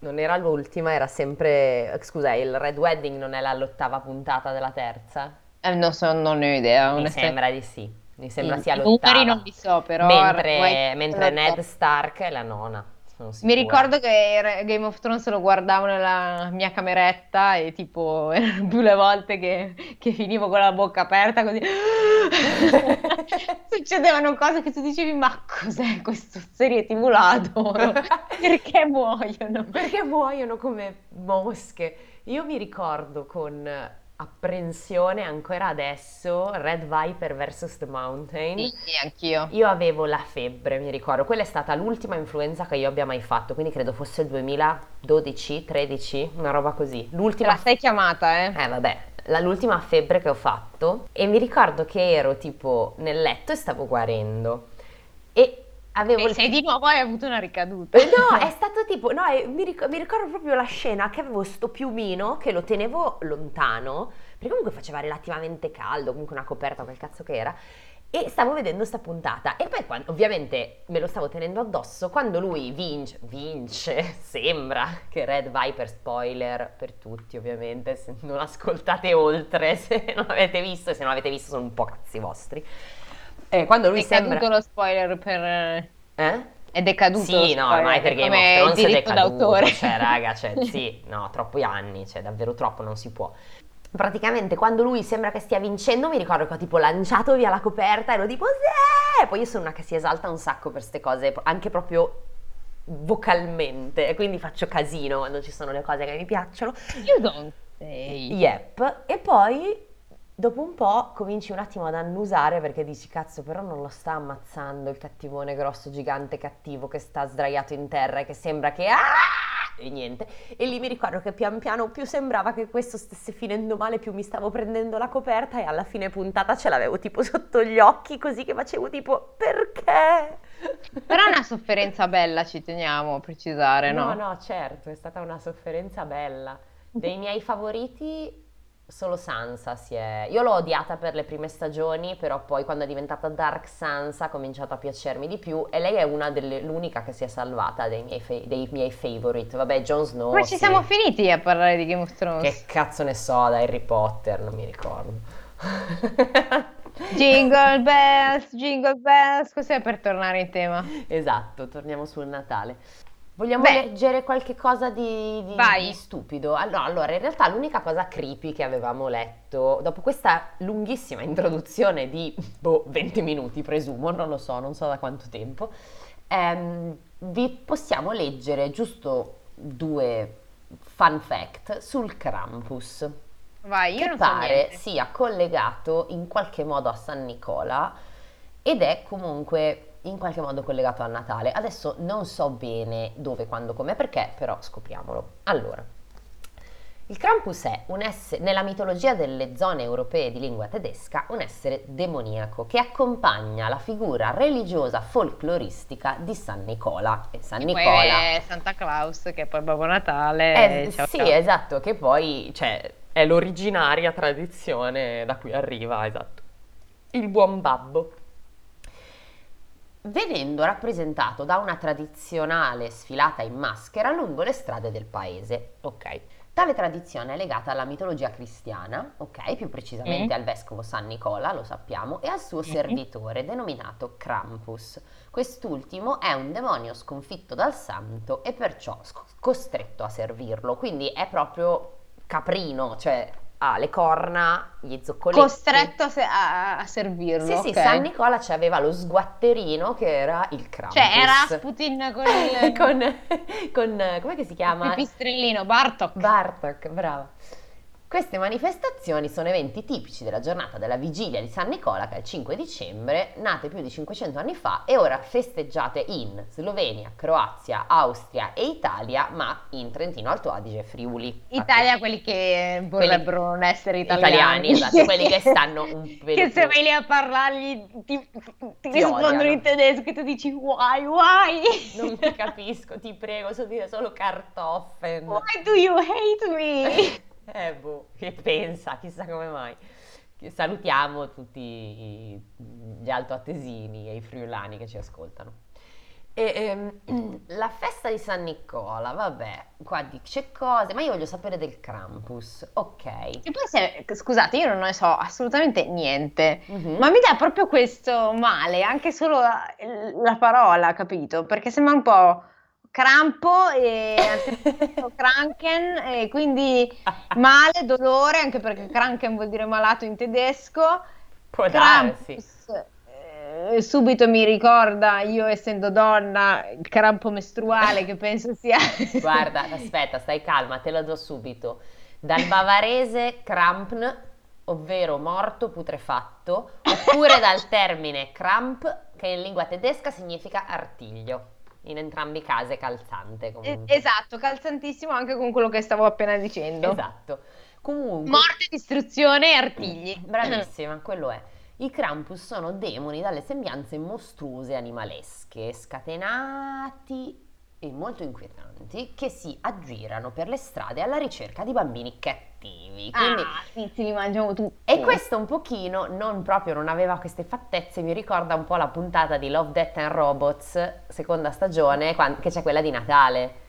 Non era l'ultima, era sempre... eh, Scusa, il Red Wedding non è la- l'ottava puntata della terza?
Eh, non so, non ne ho idea,
Mi
onestamente.
sembra di sì. Mi sembra
Sì,
sia
i numeri
l'ottava.
non li so, però
Mentre,
ormai-
mentre Ned Stark è la nona, sono
Mi
sicura.
ricordo che era- Game of Thrones lo guardavo nella mia cameretta e tipo erano più le volte che, che finivo con la bocca aperta così. Succedevano cose che tu dicevi, ma cos'è questo serie TV la adoro? Perché muoiono?
Perché muoiono come mosche. Io mi ricordo con apprensione ancora adesso Red Viper vs. The Mountain.
Sì, anch'io.
Io avevo la febbre, mi ricordo. Quella è stata l'ultima influenza che io abbia mai fatto, quindi credo fosse il 2012, 13, una roba così.
Te
L'ultima
la sei chiamata, eh?
eh vabbè, la- l'ultima febbre che ho fatto e mi ricordo che ero tipo nel letto e stavo guarendo e avevo
E
il
sei di nuovo hai avuto una ricaduta.
eh, No, è stato tipo, no, eh, mi, ric- mi ricordo proprio la scena che avevo sto piumino che lo tenevo lontano, perché comunque faceva relativamente caldo, comunque una coperta, quel cazzo che era, e stavo vedendo sta puntata. E poi quan- ovviamente me lo stavo tenendo addosso, quando lui vince, vince, sembra che Red Viper, spoiler per tutti ovviamente, se non ascoltate oltre, se non l'avete visto, e se non l'avete visto sono un po' cazzi vostri. Eh, quando lui
È
sembra...
caduto lo spoiler per...
Eh?
È decaduto lo
Sì, no,
spoiler,
ormai per Game
cioè, come
of Thrones è
diritto
decaduto,
d'autore.
cioè raga, cioè sì, no, troppi anni, cioè davvero troppo, non si può. Praticamente quando lui sembra che stia vincendo mi ricordo che ho tipo lanciato via la coperta e ero tipo sì! Poi io sono una che si esalta un sacco per queste cose, anche proprio vocalmente, e quindi faccio casino quando ci sono le cose che mi piacciono.
You don't say.
Yep, e poi dopo un po' cominci un attimo ad annusare perché dici cazzo però non lo sta ammazzando il cattivone grosso gigante cattivo che sta sdraiato in terra e che sembra che... "Ah!" E niente, e lì mi ricordo che pian piano più sembrava che questo stesse finendo male, più mi stavo prendendo la coperta e alla fine puntata ce l'avevo tipo sotto gli occhi così che facevo tipo perché?
Però è una sofferenza bella, ci teniamo a precisare, no?
No, no, certo, è stata una sofferenza bella. Dei miei favoriti, solo Sansa si è... Io l'ho odiata per le prime stagioni, però poi quando è diventata Dark Sansa ha cominciato a piacermi di più e lei è una delle... l'unica che si è salvata dei miei, fa- dei miei favorite. Vabbè, Jon Snow,
Ma ci
Oh, sì.
siamo finiti a parlare di Game of Thrones.
Che cazzo ne so da Harry Potter, non mi ricordo.
Jingle bells, jingle bells, cos'è per tornare in tema?
Esatto, torniamo sul Natale. Vogliamo
Beh.
leggere qualche cosa di, di-
Vai.
di stupido? Allora, allora, in realtà l'unica cosa creepy che avevamo letto, dopo questa lunghissima introduzione di boh, 20 minuti, presumo, non lo so, non so da quanto tempo, ehm, vi possiamo leggere giusto due fun fact sul Krampus
Vai, io
che
non so
pare
niente.
sia collegato in qualche modo a San Nicola ed è comunque in qualche modo collegato a Natale. Adesso non so bene dove, quando, come, perché, però scopriamolo. Allora, il Krampus è un essere, nella mitologia delle zone europee di lingua tedesca, un essere demoniaco che accompagna la figura religiosa folcloristica di San Nicola. E San
Poi
Nicola...
è Santa Claus, che è poi Babbo Natale.
Eh,
ciao,
sì,
ciao.
esatto, che poi cioè, è l'originaria tradizione da cui arriva, esatto. Il buon babbo. venendo rappresentato da una tradizionale sfilata in maschera lungo le strade del paese. Ok. Tale tradizione è legata alla mitologia cristiana, ok, più precisamente
Mm.
al vescovo San Nicola, lo sappiamo, e al suo
Mhm.
servitore denominato Krampus. Quest'ultimo è un demonio sconfitto dal santo e perciò sc- costretto a servirlo, quindi è proprio caprino, cioè ha le corna, gli zoccoletti.
Costretto a, se- a- a servirlo.
Sì, sì,
ok.
San Nicola ci aveva lo sguatterino che era il
Cioè,
Krampus.
era Rasputin con il
con, con come che si chiama?
pipistrellino Bartok.
Bartok, brava. Queste manifestazioni sono eventi tipici della giornata della vigilia di San Nicola, che è il 5 dicembre, nate più di 500 anni fa e ora festeggiate in Slovenia, Croazia, Austria e Italia, ma in Trentino, Alto Adige e Friuli.
Italia, quelli che vorrebbero non essere italiani.
italiani, esatto, quelli che stanno un pelo
Che se
più-
vai lì a parlargli ti, ti
Ti
rispondono
odiano.
in tedesco e tu dici why, why?
Non ti capisco, ti prego, so dire solo cartofen.
Why do you hate me?
Eh, boh, che pensa, chissà come mai. Che Salutiamo tutti i- gli altoatesini e i friulani che ci ascoltano. E, ehm, la festa di San Nicola, vabbè, qua dice cose, ma io voglio sapere del Krampus, ok.
E poi se- scusate, io non ne so assolutamente niente.
Mhm.
Ma mi dà proprio questo male, anche solo la, la parola, capito? Perché sembra un po' crampo e anzitutto kranken, e quindi male, dolore, anche perché kranken vuol dire malato in tedesco.
Può darsi.
Krampus, eh, subito mi ricorda, io essendo donna, il crampo mestruale che penso sia...
Guarda, aspetta, stai calma, te la do subito. Dal bavarese krampn, ovvero morto, putrefatto, oppure dal termine kramp, che in lingua tedesca significa artiglio. In entrambi i casi è calzante
Eh,
comunque.
Esatto, calzantissimo anche con quello che stavo appena dicendo.
Esatto. Comunque,
Morte, distruzione e artigli.
Bravissima, quello è. I Krampus sono demoni dalle sembianze mostruose e animalesche, scatenati e molto inquietanti, che si aggirano per le strade alla ricerca di bambini cattivi. Quindi-
Ah, sì, li mangiamo tutti.
E questo un pochino, non proprio, non aveva queste fattezze, mi ricorda un po' la puntata di Love, Death and Robots, seconda stagione, quan- che c'è quella di Natale,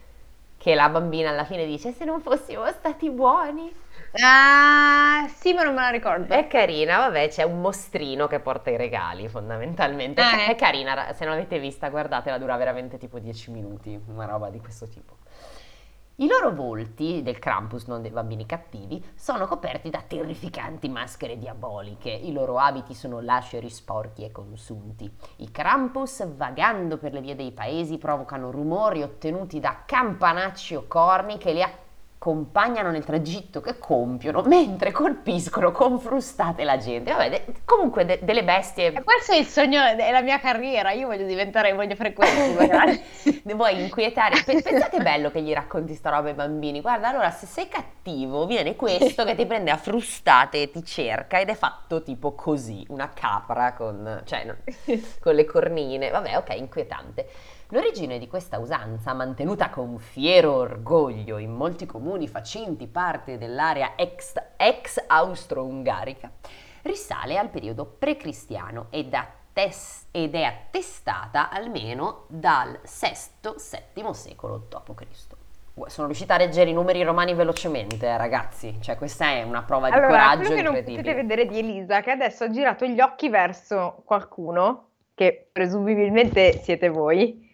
che la bambina alla fine dice, se non fossimo stati buoni,
Ah, sì, ma non me la ricordo.
È carina, vabbè, c'è un mostrino che porta i regali fondamentalmente.
Ah,
È
ecco.
carina, ra- se non l'avete vista, guardatela, dura veramente tipo 10 minuti, una roba di questo tipo. I loro volti, del Krampus, non dei bambini cattivi, sono coperti da terrificanti maschere diaboliche. I loro abiti sono lasceri, sporchi e consunti. I Krampus, vagando per le vie dei paesi, provocano rumori ottenuti da campanacci o corni che li accompagnano nel tragitto che compiono mentre colpiscono con frustate la gente. Vabbè, de- comunque de- delle
E
bestie.
questo è il sogno, è la mia carriera. Io voglio diventare, voglio fare questo, magari.
Ne vuoi inquietare? Pe- pensate è bello che gli racconti sta roba ai bambini. Guarda, allora se sei cattivo, viene questo che ti prende a frustate e ti cerca ed è fatto tipo così, una capra con, cioè, non- con le cornine. Vabbè, ok, inquietante. L'origine di questa usanza, mantenuta con fiero orgoglio in molti comuni facenti parte dell'area ex, ex austro-ungarica, risale al periodo precristiano ed, attest- ed è attestata almeno dal VI-VII secolo d.C. Sono riuscita a leggere i numeri romani velocemente, eh, ragazzi. Cioè, questa è una prova di
Allora,
coraggio
quello che non potete
incredibile.
vedere di Elisa, che adesso ha girato gli occhi verso qualcuno, che presumibilmente siete voi,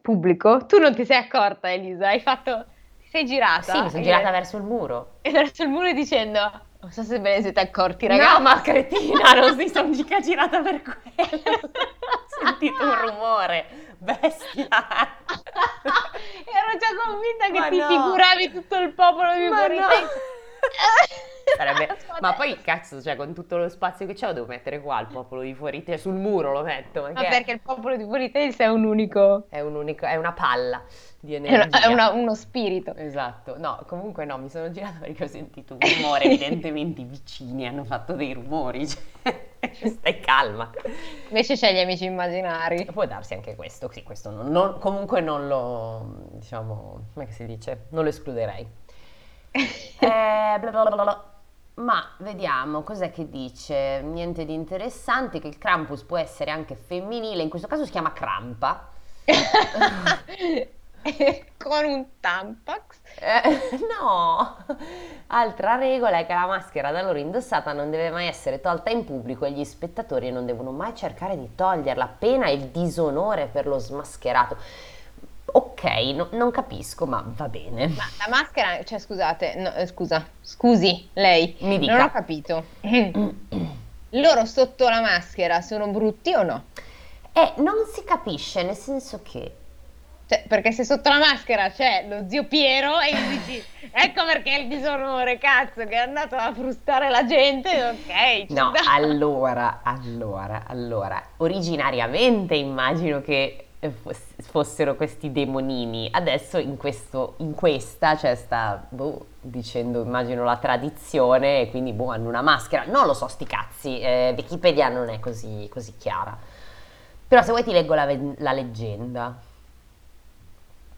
pubblico. Tu non ti sei accorta, Elisa, hai fatto... Ti sei girata.
Ah, Sì, mi sono
e-
girata verso il muro.
E verso il muro dicendo... Non so se ve ne siete accorti, ragazzi.
No, ma cretina, non si sono mica girata per quello. Ho sentito un rumore, bestia.
Ero già convinta che
Ma
ti
no.
figuravi tutto il popolo di
Ma
Borrite.
no. Sarebbe- ma poi cazzo, cioè con tutto lo spazio che c'è lo devo mettere qua il popolo di fuori te sul muro lo metto, ma
Ma
che è?
perché il popolo di Borrite è un unico,
È un unico- è una palla di
è, una-
energia.
è una- uno spirito.
Esatto, no, comunque no, mi sono girata perché ho sentito un rumore, evidentemente i vicini hanno fatto dei rumori, cioè, stai calma.
Invece c'è gli amici immaginari.
Può darsi anche questo, sì, questo non, non- comunque non lo, diciamo, come che si dice? Non lo escluderei. Eh, bla bla bla bla. Ma vediamo cos'è che dice. Niente di interessante, che il Krampus può essere anche femminile, in questo caso si chiama Crampa.
Con un Tampax.
Eh, no! Altra regola è che la maschera da loro indossata non deve mai essere tolta in pubblico e gli spettatori non devono mai cercare di toglierla, pena il disonore per lo smascherato. Ok, no- non capisco, ma va bene.
Ma la maschera, cioè scusate, no, eh, scusa, scusi lei,
Mi
non ho
dica.
capito. Loro sotto la maschera sono brutti o no?
E Eh, non si capisce, nel senso che
Cioè, perché se sotto la maschera c'è lo zio Piero e gli dici ecco perché il disonore, cazzo, che è andato a frustare la gente, ok. ci
No,
sta.
allora, allora, allora, originariamente immagino che eh, foss- fossero questi demonini, adesso in, questo, in questa, cioè sta boh, dicendo immagino la tradizione, e quindi boh, hanno una maschera, non lo so, sti cazzi, eh, Wikipedia non è così, così chiara, però se vuoi ti leggo la, ve- la leggenda,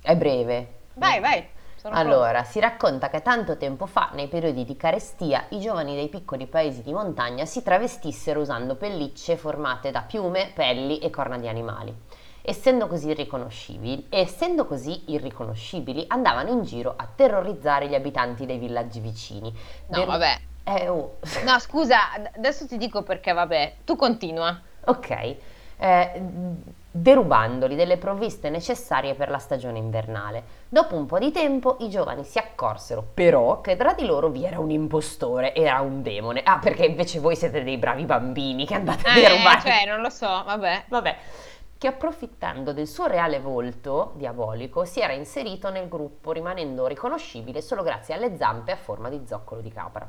è breve.
Vai, vai. sono
Allora, si racconta che tanto tempo fa, nei periodi di carestia, i giovani dei piccoli paesi di montagna si travestissero usando pellicce formate da piume, pelli e corna di animali. Essendo così irriconoscibili, essendo così irriconoscibili, andavano in giro a terrorizzare gli abitanti dei villaggi vicini.
pronta. No,
Deru-
vabbè.
Eh, oh.
No, scusa, ad- adesso ti dico perché, vabbè. Tu continua.
Ok, eh, derubandoli delle provviste necessarie per la stagione invernale. Dopo un po' di tempo i giovani si accorsero però che tra di loro vi era un impostore, era un demone. Ah, perché invece voi siete dei bravi bambini che andate a
Eh,
derubare.
cioè, non lo so, vabbè.
Vabbè, che approfittando del suo reale volto diabolico si era inserito nel gruppo rimanendo riconoscibile solo grazie alle zampe a forma di zoccolo di capra.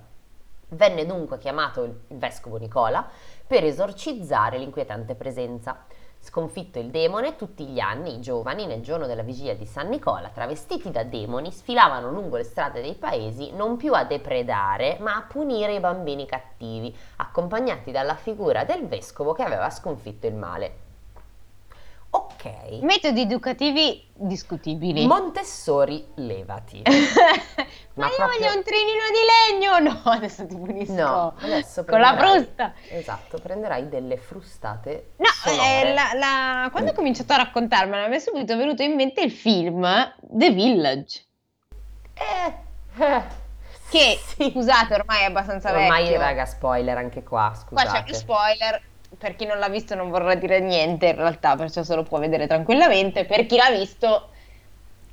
Venne dunque chiamato il il vescovo Nicola per esorcizzare l'inquietante presenza. Sconfitto il demone, tutti gli anni i giovani, nel giorno della vigilia di San Nicola, travestiti da demoni, sfilavano lungo le strade dei paesi non più a depredare, ma a punire i bambini cattivi, accompagnati dalla figura del vescovo che aveva sconfitto il male. Ok,
Metodi educativi discutibili.
Montessori,
Eh.
levati.
Ma
Ma
io
proprio-
voglio un trinino di legno! No, adesso ti punisco.
No, adesso
Con la
prenderai-
frusta.
Esatto, prenderai delle frustate
No,
sonore.
eh, la- la- quando ho cominciato a raccontarmela mi è subito venuto in mente il film The Village,
Eh, eh,
che
sì.
scusate ormai è abbastanza
Ormai
vecchio.
raga spoiler anche qua,
Qua
scusate.
c'è uno spoiler, per chi non l'ha visto non vorrà dire niente in realtà, perciò se lo può vedere tranquillamente, per chi l'ha visto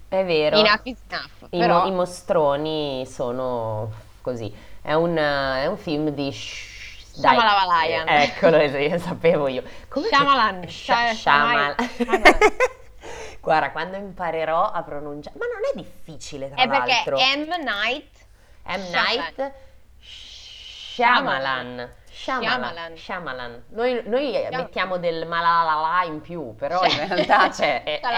È vero.
enough is enough,
I,
però
mo- i mostroni sono così. È un, eh, è un film di Sh- dai.
Shyamalan.
Eh, Eccolo, es- io sapevo io. Come
Shyamalan, Shy-
Sha- Shyamalan.
Shyamalan.
Guarda, quando imparerò a pronunciare, ma non è difficile tra
è perché
l'altro.
M. Night
M.
Shyamalan.
Night Shyamalan. Shyamalan.
Shyamalan.
Shyamalan. Noi, noi
Shyamalan.
mettiamo del malalala in più, però in realtà c'è. è-
fa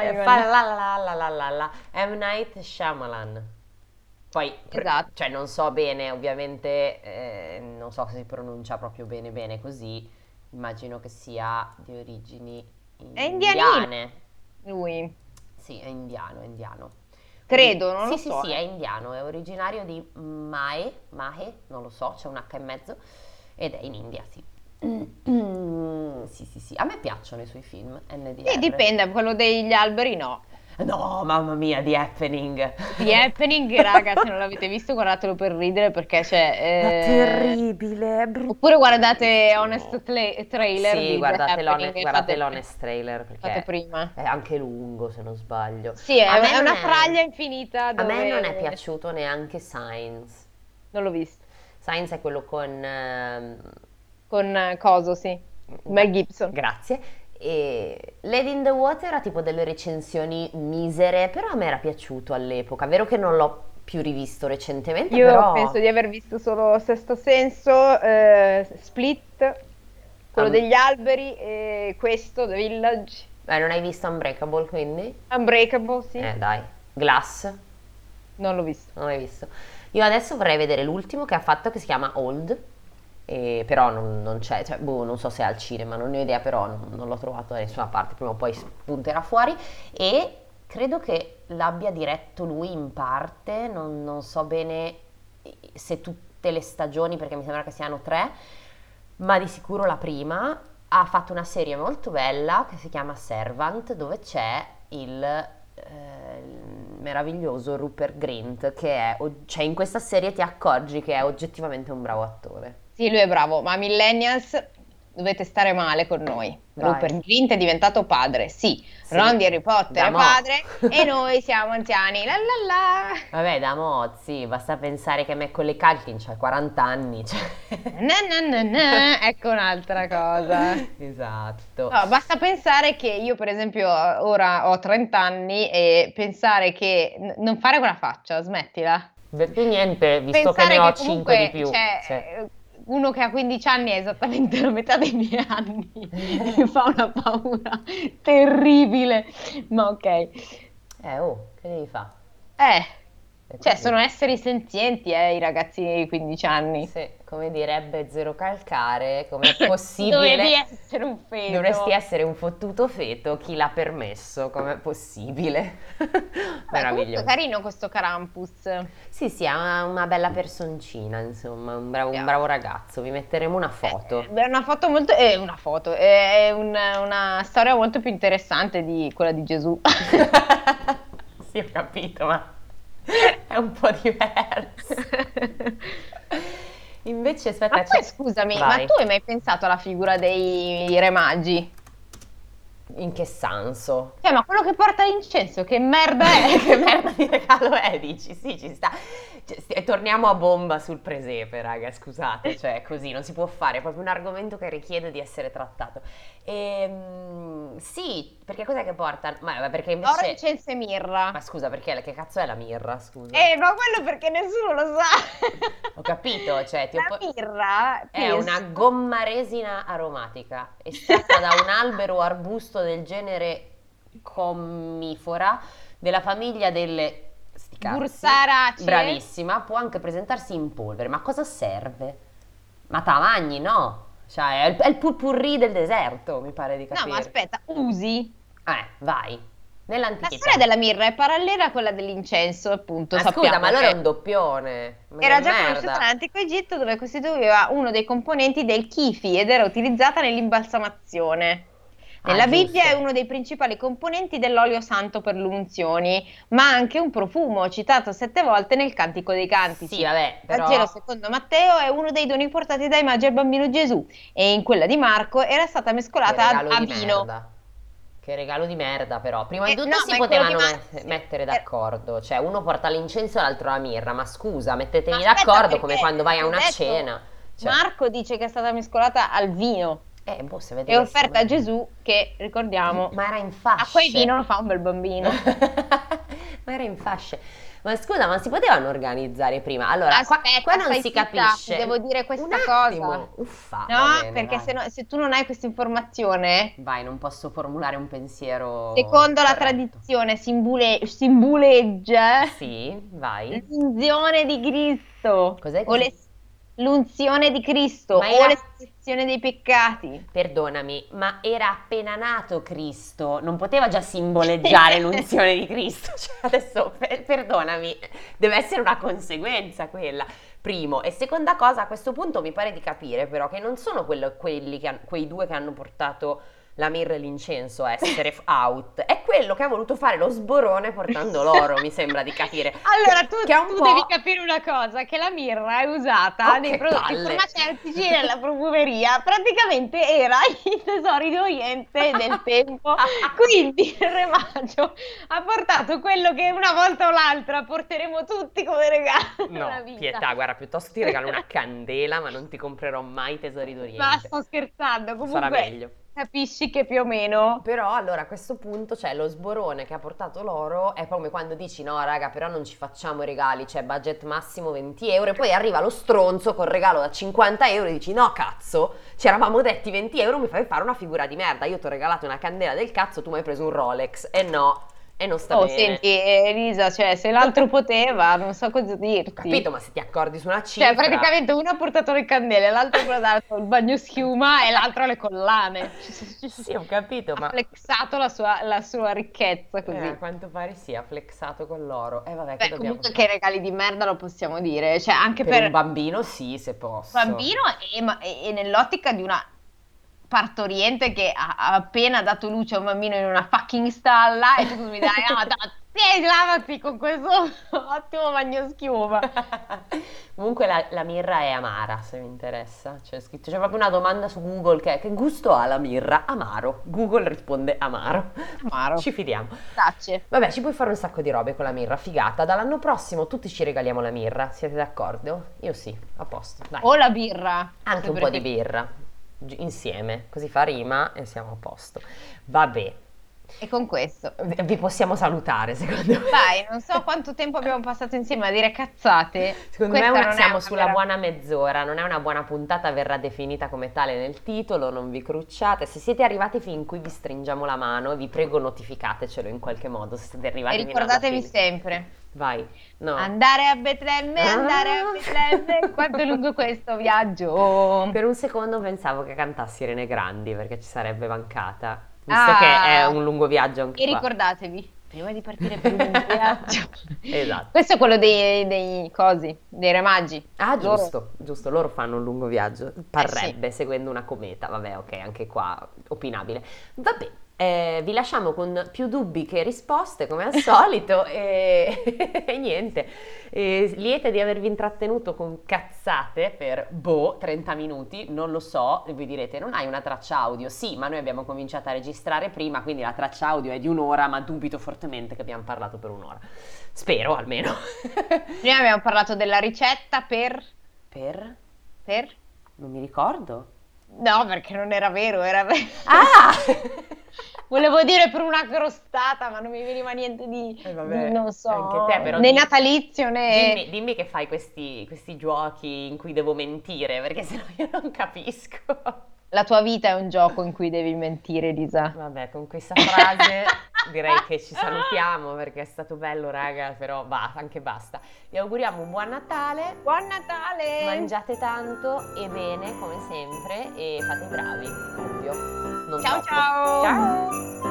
è-
cioè la- la- la- la-
eh,
la-
fa la la la la la la M. Night Shyamalan. Poi, pr-
Esatto.
cioè, non so bene, ovviamente, eh, non so se si pronuncia proprio bene bene così. Immagino che sia di origini
È indianino.
indiane.
lui
Sì, è indiano, è indiano.
credo non
sì,
lo
sì,
so eh.
sì, è indiano, è originario di Mae, Mahe, non lo so, c'è un H e mezzo, ed è in India, sì. Sì, sì, sì, a me piacciono i suoi film, NDR.
Sì, Eh, dipende quello degli alberi no
Eh, No, mamma mia, The Happening.
The Happening, raga, se non l'avete visto, guardatelo per ridere perché
È
c'è. eh,
terribile, è brutto.
Oppure guardate Honest Tla- Trailer.
Sì,
di
guardate
The
l'honest,
Happening,
guardate
fate-
l'Honest Trailer,
Fate
perché
prima.
è anche lungo, se non sbaglio.
Sì, è,
A me
è
non
una
è-
fraglia infinita.
A me
dove-
non è piaciuto neanche Science.
Non l'ho visto.
Science è quello con... ehm,
Con eh, Coso, sì. Mel Gibson.
Grazie. E Lady in the Water ha tipo delle recensioni misere, però a me era piaciuto all'epoca. Vero che non l'ho più rivisto recentemente,
Io
però
penso di aver visto solo Sesto Senso, eh, Split, quello
Am-
degli alberi e questo, The Village,
Eh, non hai visto Unbreakable, quindi?
Unbreakable, sì.
Eh, dai. Glass,
Non l'ho visto.
non l'hai visto. Io adesso vorrei vedere l'ultimo che ha fatto che si chiama Old. e- però non, non c'è, cioè, boh, non so se è al cinema, non ne ho idea, però non, non l'ho trovato da nessuna parte, prima o poi spunterà fuori. E credo che l'abbia diretto lui in parte, non, non so bene se tutti tutte le stagioni, perché mi sembra che siano tre, ma di sicuro la prima, ha fatto una serie molto bella che si chiama Servant, dove c'è il, eh, il meraviglioso Rupert Grint, che è, og- cioè in questa serie ti accorgi che è oggettivamente un bravo attore.
Sì, lui è bravo, ma millennials dovete stare male con noi.
Vai.
Rupert Grint è diventato padre, sì.
Sì.
Ron di Harry Potter è
Da mo'.
padre e noi siamo anziani. La la la.
Vabbè, da mozzi, basta pensare che Macaulay Culkin c'ha 40 anni, cioè...
Na, na, na, na. Ecco un'altra cosa.
Esatto.
No, Ah, basta pensare che io, per esempio, ora ho 30 anni e pensare che n- non fare quella faccia, smettila.
Beh, più niente, visto che
pensare
ne ho
che
5 di
comunque
più.
c'è
Cioè,
eh, uno che ha 15 anni è esattamente la metà dei miei anni. Mi fa una paura terribile. Ma ok. Eh,
Eh, oh, che devi fare? È
cioè,
così.
sono esseri senzienti, eh, i ragazzini di 15 anni.
Sì, come direbbe Zero Calcare, com'è
Dovevi
possibile?
essere un feto.
Dovresti essere un fottuto feto, chi l'ha permesso? Com'è possibile?
Beh, comunque
Meraviglioso.
carino questo Carampus.
Sì, sì, è una, una bella personcina, insomma, un bravo, un
Yeah.
bravo ragazzo. Vi metteremo una foto.
Beh, È una foto molto. È una foto. eh, È è un- una storia molto più interessante di quella di Gesù.
sì, ho capito, ma è un po' diverso. Invece, aspetta, cioè,
Ma poi
c'è-
scusami,
Vai.
ma tu hai mai pensato alla figura dei re magi?
in che senso?
Cioè, ma quello che porta l'incenso, che merda è?
che merda di regalo è? Dici, sì, ci sta. Cioè, sti- e torniamo a bomba sul presepe, raga, scusate, cioè così non si può fare, è proprio un argomento che richiede di essere trattato. Ehm, sì, perché cos'è che porta? Ma ma perché
Oro,
invece...
incenso e mirra.
Ma scusa, perché la- che cazzo è la mirra, scusa?
Eh, ma quello perché nessuno lo sa.
Ho capito, cioè, ti ho
La
po-
mirra
È
penso-
una gomma resina aromatica estratta da un albero o arbusto del genere commifora della famiglia delle sti cazzi.
Bursaracee.
Bravissima, può anche presentarsi in polvere. Ma a cosa serve? Ma tavagni, no? Cioè, è il, è il purpurri del deserto, mi pare di
No,
capire.
ma aspetta, usi.
Eh, vai.
La
Nell'antichità.
storia della mirra è parallela a quella dell'incenso, appunto.
Ma
sappiamo
scusa, ma allora
che-
è un doppione. Ma
Era
che
già
merda.
conosciuta nell'antico Egitto dove costituiva uno dei componenti del kifi ed era utilizzata nell'imbalsamazione.
Ah,
Nella
giusto.
Bibbia è uno dei principali componenti dell'olio santo per le unzioni, ma anche un profumo citato sette volte nel Cantico dei Cantici.
Sì, vabbè,
Il
però...
Vangelo secondo Matteo è uno dei doni portati dai magi al bambino Gesù e in quella di Marco era stata
Che
mescolata
regalo
a
di
vino.
merda. Che regalo di merda, però. Prima di
Eh,
tutto
no,
si
ma è quello
potevano
di
me-
Massimo.
mettere
Eh.
d'accordo. Cioè, uno porta l'incenso e l'altro la mirra. Ma scusa, mettetemi
Ma aspetta,
d'accordo come
perché
quando vai a
ho
una
detto,
cena. Cioè,
Marco dice che è stata mescolata al vino
eh, boh, se vedi
e
che-
offerta a Gesù che, ricordiamo,
Ma era in fasce.
a quel vino lo fa un bel bambino.
ma era in fasce. Ma scusa, ma si potevano organizzare prima? Allora, qua,
Aspetta,
qua non
stai
si
zitta,
capisce.
devo dire questa
Un
cosa.
attimo. Uffa. Ah, va
No,
bene,
perché
vai.
se, no- se tu non hai questa informazione,
Vai, non posso formulare un pensiero
secondo la
Oh, corretto.
tradizione simbule- simboleggia
Sì, vai.
l'unzione di Cristo.
Cos'è
o
che
le- l'unzione di Cristo
Ma
o
era-
l'espiazione dei peccati.
Perdonami, ma era appena nato Cristo, non poteva già simboleggiare l'unzione di Cristo. Cioè, adesso, per- perdonami, deve essere una conseguenza quella, primo. E seconda cosa, a questo punto mi pare di capire però che non sono quello- quelli che han- quei due che hanno portato la mirra e l'incenso a essere f- out, è quello che ha voluto fare lo sborone portando l'oro, mi sembra di capire.
Allora, tu,
Che è un
tu
po'-
devi capire una cosa, che la mirra è usata
Oh, che
nei prodotti
palle.
farmaceutici e nella profumeria, praticamente era i tesori d'Oriente del tempo, quindi il Re Magio ha portato quello che una volta o l'altra porteremo tutti come regalo nella
No,
vita.
pietà, guarda, piuttosto ti regalo una candela, ma non ti comprerò mai tesori
Ma
d'Oriente.
sto scherzando,
Sarà
comunque
meglio.
capisci che più o meno...
Però allora a questo punto, cioè lo sborone che ha portato l'oro è come quando dici no raga però non ci facciamo i regali, cioè budget massimo 20 euro e poi arriva lo stronzo col regalo da 50 euro e dici no cazzo, ci eravamo detti 20 euro mi fai fare una figura di merda, io ti ho regalato una candela del cazzo, tu mi hai preso un Rolex e no, e non sta
Oh,
bene.
senti, eh, Elisa, cioè, se l'altro poteva, non so cosa dirti.
Capito? Ma se ti accordi su una cifra...
Cioè, praticamente uno ha portato le candele, l'altro ha portato il bagnoschiuma e l'altro ha le collane.
Sì, ho capito,
Ha
ma...
flexato la sua, la sua ricchezza
eh, a
così.
quanto pare sia flexato con l'oro. E vabbè, che
Beh,
dobbiamo
comunque
fare?
che regali di merda lo possiamo dire, cioè anche
Per,
per,
un bambino sì, se posso.
bambino e, ma- e- e nell'ottica di una partoriente che ha, ha appena dato luce a un bambino in una fucking stalla e tu mi dai, ah, da- te lavati con questo ottimo bagnoschiuma.
Comunque la, la mirra è amara, se vi interessa. C'è scritto, c'è proprio una domanda su Google che è che gusto ha la mirra? Amaro. Google risponde amaro.
Amaro.
Ci fidiamo.
Grazie.
Vabbè, ci puoi fare un sacco di robe con la mirra, figata. Dall'anno prossimo tutti ci regaliamo la mirra, siete d'accordo? Io sì, a posto. Dai.
O la birra.
Anche
se
un po' di
preferite.
birra, gi- insieme, così fa rima e siamo a posto. Vabbè,
E con questo.
vi vi possiamo salutare secondo me.
Vai, non so quanto tempo abbiamo passato insieme a dire cazzate.
Secondo
Questa
me una-
non è
siamo
una
sulla
vera-
buona mezz'ora, non è una buona puntata, verrà definita come tale nel titolo, non vi crucciate. Se siete arrivati fin qui vi stringiamo la mano e vi prego notificatecelo in qualche modo se siete arrivati
E
fino alla
ricordatevi
fine.
sempre,
Vai, no.
andare a Betlemme,
Ah.
andare a Betlemme, quanto è lungo questo viaggio?
Per un secondo pensavo che cantassi Irene Grandi perché ci sarebbe mancata, visto
Ah.
che è un lungo viaggio anche
E
qua.
ricordatevi, prima di partire per un lungo viaggio.
Esatto.
Questo è quello dei, dei cosi, dei re maggi.
Ah,
Loro-
giusto, giusto, loro fanno un lungo viaggio, parrebbe, seguendo una cometa, vabbè, ok, anche qua opinabile. Vabbè, eh, vi lasciamo con più dubbi che risposte, come al solito, e, e niente, E lieta di avervi intrattenuto con cazzate per, boh, 30 minuti, non lo so, e voi direte, non hai una traccia audio? Sì, ma noi abbiamo cominciato a registrare prima, quindi la traccia audio è di un'ora, ma dubito fortemente che abbiamo parlato per un'ora, spero almeno.
Prima abbiamo parlato della ricetta per...
Per...
per?
Non mi ricordo.
No, perché non era vero, era vero.
Ah!
Volevo dire per una crostata, ma non mi veniva niente di,
Eh, vabbè,
di- non so,
anche te, però
né
dimmi-
natalizio né...
Dimmi, dimmi che fai questi, questi giochi in cui devo mentire, perché sennò io non capisco.
La tua vita è un gioco in cui devi mentire, Elisa.
Vabbè, con questa frase direi che ci salutiamo perché è stato bello, raga, però va, anche basta. Vi auguriamo un buon Natale,
Buon Natale!
mangiate tanto e bene, come sempre, e fate i bravi, ovvio. Non
Ciao
troppo.
ciao!
Ciao!